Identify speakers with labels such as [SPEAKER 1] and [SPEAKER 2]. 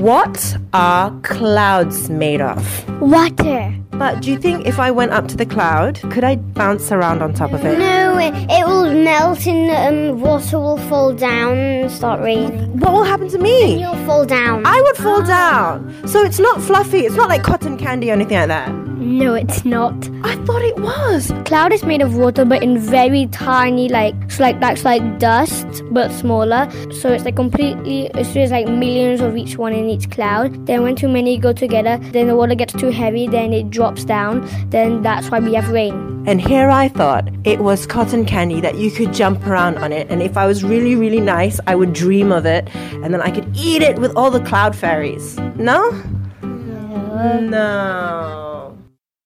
[SPEAKER 1] What are clouds made of?
[SPEAKER 2] Water.
[SPEAKER 1] But do you think if I went up to the cloud, could I bounce around on top of it?
[SPEAKER 2] No, it, it will melt and um, water will fall down and start raining.
[SPEAKER 1] What will happen to me?
[SPEAKER 2] You'll fall down.
[SPEAKER 1] I would fall down. So it's not fluffy. It's not like cotton candy or anything like that.
[SPEAKER 2] No, it's not.
[SPEAKER 1] I thought it was.
[SPEAKER 2] Cloud is made of water, but in very tiny, like it's like that's like dust, but smaller. So it's like completely. So there's like millions of each one in each cloud. Then when too many go together, then the water gets too heavy, then it drops down. Then that's why we have rain.
[SPEAKER 1] And here I thought it was cotton candy that you could jump around on it. And if I was really, really nice, I would dream of it. And then I could eat it with all the cloud fairies. No? No.